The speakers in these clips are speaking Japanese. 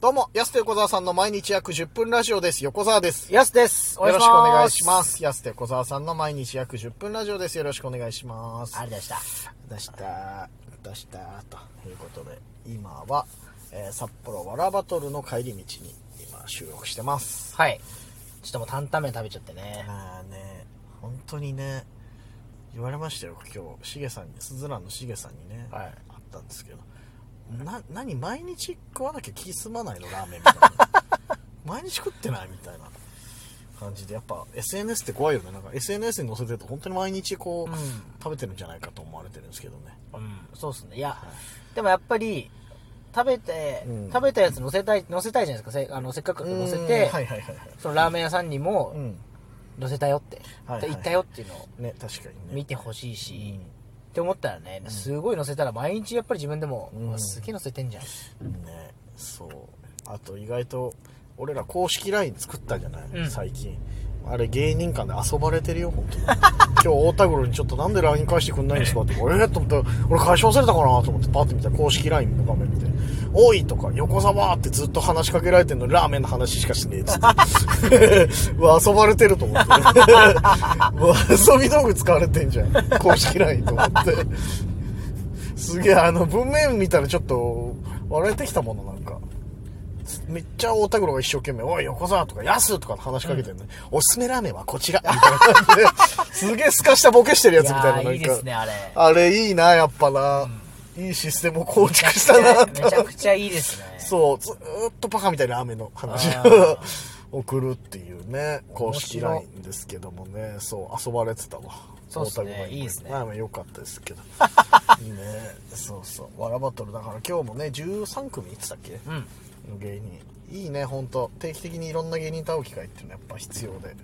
どうも、安手小沢さんの毎日約10分ラジオです。横澤です。よやすです。。ろしくお願いしますす。安手小沢さんの毎日約10分ラジオです。よろしくお願いします。ありでした。出した、出した、ということで、今は、えー札幌わらバトルの帰り道に今収録してます。はい。ちょっともう担々麺食べちゃってね。あーね、本当にね、言われましたよ、今日、しげさんに、すずらのしげさんにね、はいあったんですけど、な、何、毎日食わなきゃ気済まないの、ラーメンみたいな。 毎日食ってないみたいな感じで、やっぱ SNS って怖いよね、なんか SNS に載せてると、本当に毎日こう、うん食べてるんじゃないかと思われてるんですけどね。うん。そうっすね。いや、でもやっぱり、食べて、うん食べたやつ乗せたい、乗せたいじゃないですか。せあのせっかく乗せうんはて、いはいはいはい。そのラーメン屋さんにもう、ん。乗せたよって、はいはい行ったよっていうのをね、確かにね見。てほしいし、うんって思ったらね、すごい乗せたら毎日やっぱり自分でも、うんうわすげえ乗せてんじゃん。ねそうあと意外と俺ら公式 LINE 作ったじゃない、うん最近あれ芸人間で遊ばれてるよ本当に 今日太田黒にちょっとなんで LINE 返してくんないんですかって俺えーと思って俺返し忘れたかなと思ってパッて見たら公式 LINE の画面見て「おい!」とか「横沢!」ってずっと話しかけられてんのにラーメンの話しかしねえっつって うわ遊ばれてると思って うわ遊び道具使われてんじゃん公式 LINE と思ってすげえあの文面見たらちょっと笑えてきたものなんかめっちゃ太田黒が一生懸命「おい横澤」とか「やす」とか話しかけてるのに、おすすめラーメンはこちら」みたいな感じで すげえすかしたボケしてるやつみたいななんいかやーいいです ね、あれ。あれいいなやっぱな、いいシステムを構築した なめちゃくちゃいいですね。そうずーっとバカみたいな雨の話あー送るっていうね公式 LINE ですけどもねそう遊ばれてたわそうっすね太田君が言いいっすねまあまあ良かったです けどねそうそうわらバトルだから今日もね13組いつだっけうん。の芸人いいね本当定期的にいろんな芸人と会う機会っていうのはやっぱ必要で、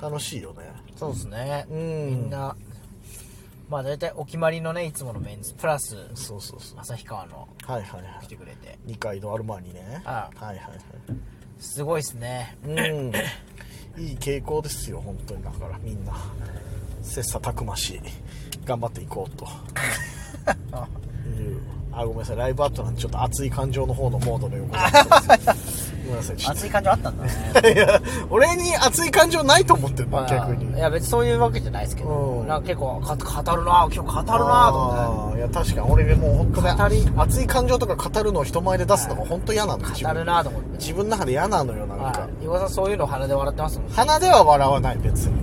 楽しいよねそうですね、うんみんなまあ大体お決まりのねいつものメンズプラスそうそうそう旭川のはいはいはい来てくれて2階のアルマーニねあはいはいはいすごいですねうんいい傾向ですよ本当にだからみんな切磋琢磨し頑張っていこうというあごめんなさいライブアットなんでちょっと熱い感情の方のモードで横澤さんですごめんなさいちょっ熱い感情あったんだ ねといや俺に熱い感情ないと思ってるの逆にいや別にそういうわけじゃないですけうどんなんか結構か語るな今日語るなと思っあーいや確かに俺もう本当ね語り熱い感情とか語るのを人前で出すのが本当嫌なのて自語る分なと思って自分の中で嫌なのよなんかはい岩田さんそういうの鼻で笑ってますもん、鼻では笑わない別に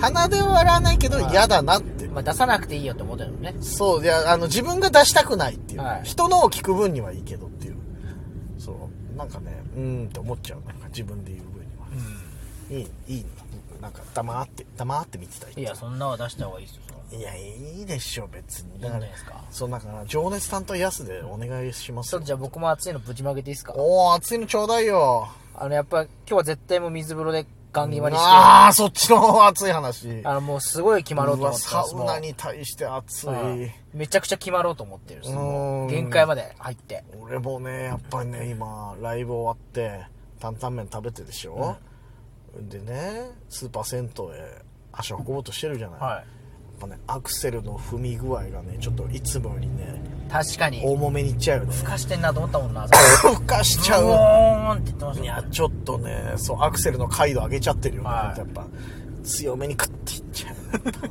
鼻では笑わないけど嫌だなってまあ、出さなくていいよって思ってるのねそういやあの自分が出したくないっていう、はい人のを聞く分にはいいけどっていうそうなんかねうーんって思っちゃうなんか自分で言う分には、いいいいなんか黙って黙って見てたいっていいやそんなは出した方がいいですよそれはいやいいでしょ別にいいんじゃないですかそうだから情熱担当やすでお願いしまちすょっとじゃあ僕も熱いのぶちまけていいですかおお熱いのちょうだいよあのやっぱ今日は絶対もう水風呂でガンギマにしてああそっちの熱い話あのもうすごい決まろうとう思っわてますサウもナうに対して熱い、はいめちゃくちゃ決まろうと思ってるうーんもう限界まで入って俺もねやっぱりね今ライブ終わって担々麺食べてでしょ、でねスーパー銭湯へ足を運ぼうとしてるじゃない、やっぱねアクセルの踏み具合がねちょっといつもよりね確かに大もめにいっちゃうよねふかしてんなと思ったもんなふかしちゃううおーんって言ってましいたやもんちょっとねそうアクセルの回路上げちゃってるよね、はいやっぱ強めにクッていっちゃう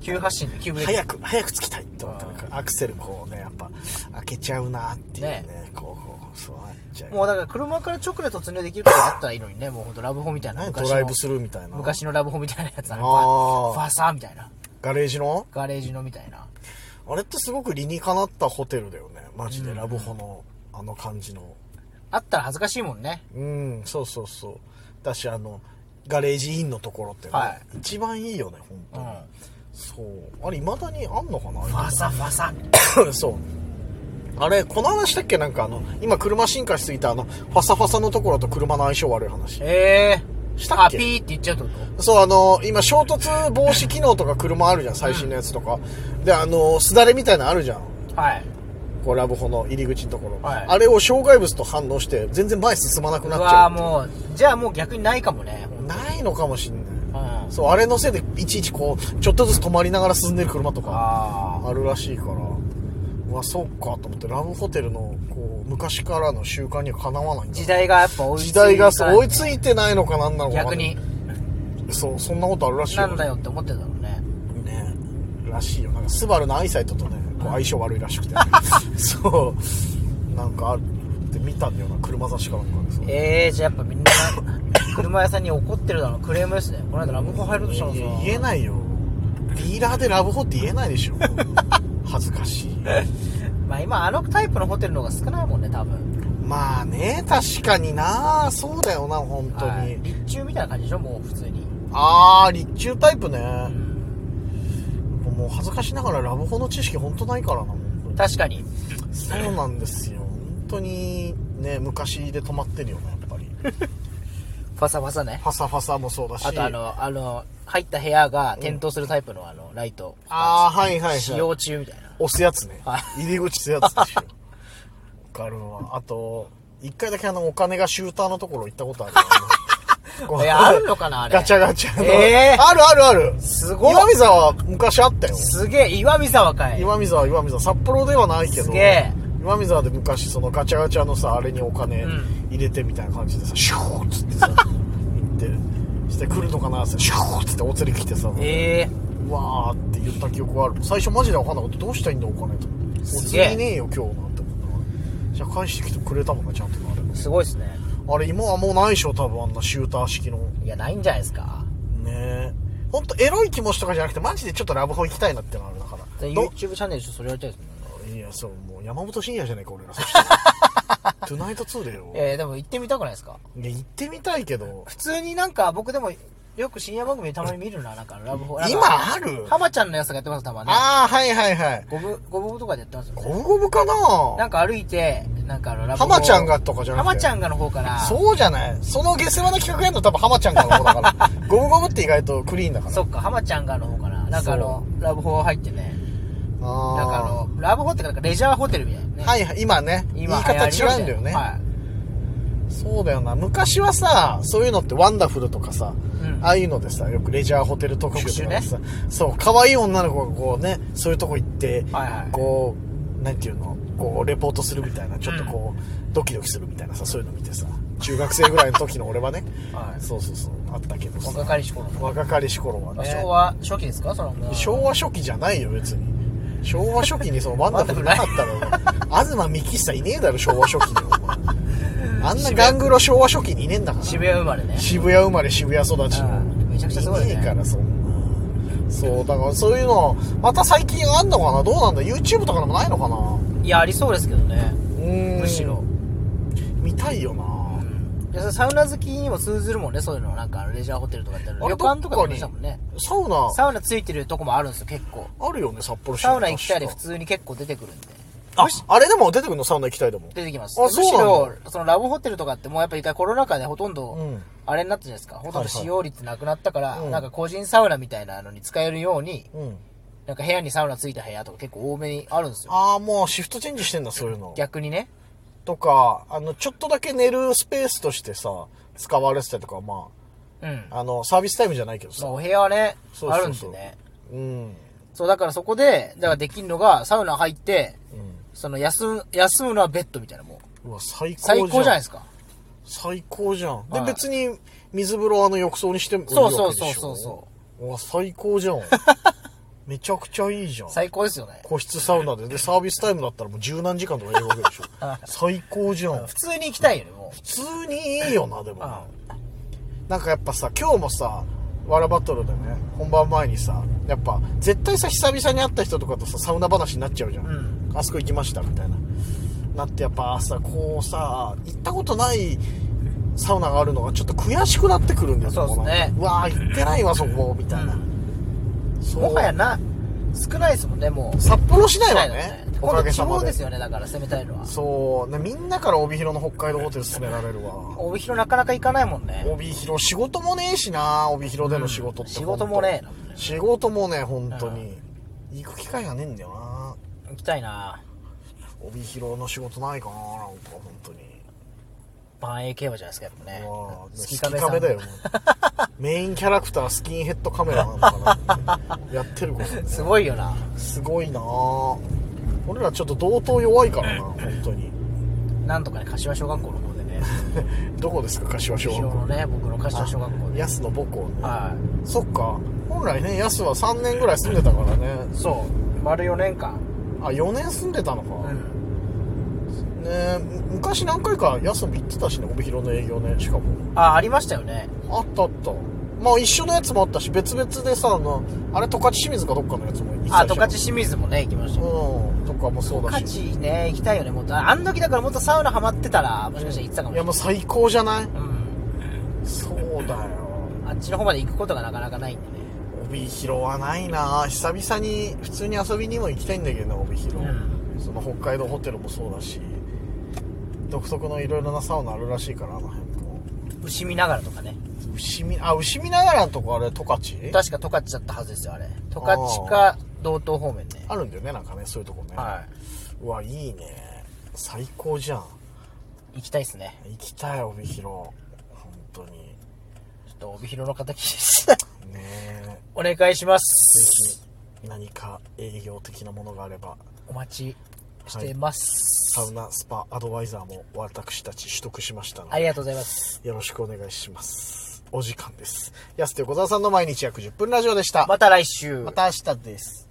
急発進急ブレーキ早く早くつきたいと思ったらアクセルこうねやっぱ開けちゃうなっていうねねこうこうそうなっちゃうもうだから車から直で突入できるとこあったらいいのにねもうほんとラブホみたいな何昔ドのライブスルーみたいな昔のラブホみたいなやつあるあフーァファサーみたいなガレージのガレージのみたいなあれってすごく理にかなったホテルだよねマジでラブホのあの感じのあったら恥ずかしいもんねうんそうそうそうだしあのガレージインのところってね、は一番いいよね本当に、うんそうあれいまだにあんのかなあれファサファサそう。あれ、この話したっけなんかあの、今車進化しすぎたあの、ファサファサのところと車の相性悪い話。ええしたっあけピーって言っちゃうってことそう、あの、今衝突防止機能とか車あるじゃん、最新のやつとか。で、あの、すだれみたいなのあるじゃん。はいこうラブホの入り口のところ、はいあれを障害物と反応して全然前進まなくうなっちわゃーうもうじゃあもう逆にないかもねないのかもしんない、うんそうあれのせいでいちいちこうちょっとずつ止まりながら進んでる車とかあああるらしいからうわそっかと思ってラブホテルのこう昔からの習慣にはかなわないんだ時代がやっぱ追いつ時いて代がそう追いついてないのかなんなのか逆にそうそんなことあるらしいなんだよって思ってたのねねらしいよなんかスバルのアイサイトとねこう相性悪いら しくてそうなんかあるって見たんだよな車雑誌かなんかでそうええー、じゃあやっぱみんな車屋さんに怒ってるだろうクレームですねこの間ラブコ入ろうとしたのさいや言えないよディーラーでラブホって言えないで しょ恥ずかしいまあ今あのタイプのホテルの方が少ないもんね多分まあね確かになそうだよな本当に、はい立中みたいな感じでしょもう普通にああ立中タイプね、もう恥ずかしながらラブホの知識本当ないからな本確かに当にそうなんですよ本当にね昔で止まってるよねやっぱりパサパサねファサファサもそうだしあとあのあの入った部屋が点灯するタイプのあのライト、あーはいはいはい使用中みたいな押すやつねは入り口するやつでしょわかるわあと一回だけあのお金がシューターのところ行ったことあるな こうえあるのかなあれガチャガチャの、えーあるあるあるすごい岩見沢昔あったよすげえ岩見沢かい岩見沢岩見沢札幌ではないけどすげえ岩見沢で昔そのガチャガチャのさあれにお金うん入れてみたいな感じでさ、シューッつってさ行ってして来るのかなってシューッつってお釣り来てさ、ええうわーって言った記憶がある最初マジで分かんなかったどうしたらいいんだお金と思っておすげ釣えりねえよ今日なんて思ったじゃあ返してきてくれたもんなちゃんとなあれすごいですねあれ今はもうないでしょ多分あんなシューター式のねいやないんじゃないですかえほんとエロい気持ちとかじゃなくてマジでちょっとラブホ行きたいなってのあるだからで YouTube チャンネルでそれやりたいですねいや、そう、もう山本深也じゃないか、俺ら。そしたら トゥナイト2でよ。えー、でも行ってみたくないですかいや、行ってみたいけど、普通になんか僕でもよく深夜番組でたまに見るななんかラブホ今ある浜ちゃんのやつがやってますたまにねああ、はいはいはい。ゴブゴブゴブとかでやってますよねゴブゴブかななんか歩いてなんかあのラブホ浜ちゃんがとかじゃなくて。浜ちゃんんがの方からそうじゃないその下世話な企画やんの多分浜ちゃんからの方だ から。ゴブゴブって意外とクリーンだから。そっか浜ちゃんがの方からなんかあのラブホ入ってねあーなんかあのラブホってなんかレジャーホテルみたいなねはいはい、今ね。言い方流行違うりんだよね、はそうだよな。昔はさ、そういうのってワンダフルとかさ、うんああいうのでさ、よくレジャーホテル特集とかでさ、そう、可愛い女の子がこうね、そういうとこ行って、はいはいこう、なんていうの、こう、レポートするみたいな、ちょっとこう、ドキドキするみたいなさ、そういうの見てさ、中学生ぐらいの時の俺はね、 はいそうそうそう、あったけどさ、若かりし頃の若かりし頃はね、昭和初期ですかその昭和初期じゃないよ別に昭和初期にそのワンダフルなかったろお前東幹久いねえだろ昭和初期にお前あんなガングロ昭和初期にいねえんだから渋谷生まれね渋谷生まれ渋谷育ちのうんめちゃくちゃすごいねねえからそんなそうだからそういうのまた最近あんのかなどうなんだ YouTube とかでもないのかないやありそうですけどねうーんむしろ見たいよなでそれサウナ好きにも通ずるもんねそういうのなんかあのレジャーホテルとかってあれ旅館とかでもどっかにでしたもんねサウナサウナついてるとこもあるんですよ結構あるよね札幌市サウナ行きたいで普通通に結構出てくるんでああれでも出てくるのサウナ行きたいでも出てきますあむそうしなんだろそのラブホテルとかってもうやっぱ一回コロナ禍でほとんうどんあれになったじゃないですかほとんどはいはい使用率なくなったからうんなんか個人サウナみたいなのに使えるようにうんなんか部屋にサウナついた部屋とか結構多めにあるんですよああもうシフトチェンジしてんだそういうの逆にねとか、あの、ちょっとだけ寝るスペースとしてさ、使われてたりとか、まうんあ、あの、サービスタイムじゃないけどまあさ。お部屋はねそうあそうそうるんでねうん。そうだからそこでだからできるのがサウナ入ってうん。その休む休むのはベッドみたいなもううわ、最高じゃん。最高じゃないですか最高じゃん。はで、い別に、水風呂はあの浴槽にしてもいいそわうけでしそょ。うそうそうそううわ、最高 じゃん。めちゃくちゃいいじゃん。最高ですよね個室サウナで。で、サービスタイムだったらもう十何時間とかやるわけ でしょ。最高じゃん。普通に行きたいよねも普通にいいよなでもねあなんかやっぱさ今日もさわらバトルでね本番前にさやっぱ絶対さ久々に会った人とかとさサウナ話になっちゃうじゃん、うあそこ行きましたみたいななってやっぱさこうさ行ったことないサウナがあるのがちょっと悔しくなってくるんだよそうですねこなんかうわあ行ってないわそこみたいな、うそうもはやな少ないですもんねもう札幌市内はないねのねお今か度げ地さま方でですよねだから攻めたいのはそうねみんなから帯広の北海道ホテル勧められるわ帯広なかなか行かないもんね帯広仕事もねえしな帯広での仕事って、うん仕事もねえな仕事もね本当に、行く機会がねえんだよな行きたいな帯広の仕事ないかななんか本当に万栄競馬じゃないですかやっぱねうわススキキカカメメさんだよもうメインキャラクタースキンヘッドカメラなのかなやってることすごいよなすごいな俺らちょっと同等弱いからな本当になんとかね柏小学校の方でねどこですか柏小一学応校のね僕の柏小学校で安の母校ねはそっか本来ね安は3年ぐらい住んでたからねいそう丸4年間あ4年住んでたのか、ねんえむ昔何回か安も行ってたしね帯広の営業ねしかもあありましたよねあったあったまあ一緒のやつもあったし別々でさあのあれ十勝清水かどっかのやつも行ってたしあ十勝清水もね行きましたようんとかもそうだ十し勝ね行きたいよねもっとあん時だからもっとサウナハマってたらもしかしたら行ってたかいもしやれなもいう最高じゃないうんそうだよあっちの方まで行くことがなかなかないんでね帯広はないな久々に普通に遊びにも行きたいんだけどな帯広、うその北海道ホテルもそうだし独特のいろいろなサウナあるらしいからあの辺も牛見ながらとかね牛見あ牛見ながらのとこあれ十勝確か十勝だったはずですよあれ十勝か道東方面ねあるんだよねなんかねそういうとこね、はうわいいね最高じゃんい行きたいっすね行きたい帯広本当にちょっと帯広の方ねえ お願いしまぜすひ何か営業的なものがあればお待ちしてます、サウナスパアドバイザーも私たち取得しましたのでありがとうございますよろしくお願いしますお時間です安手小沢さんの毎日約10分ラジオでしたまた来週また明日です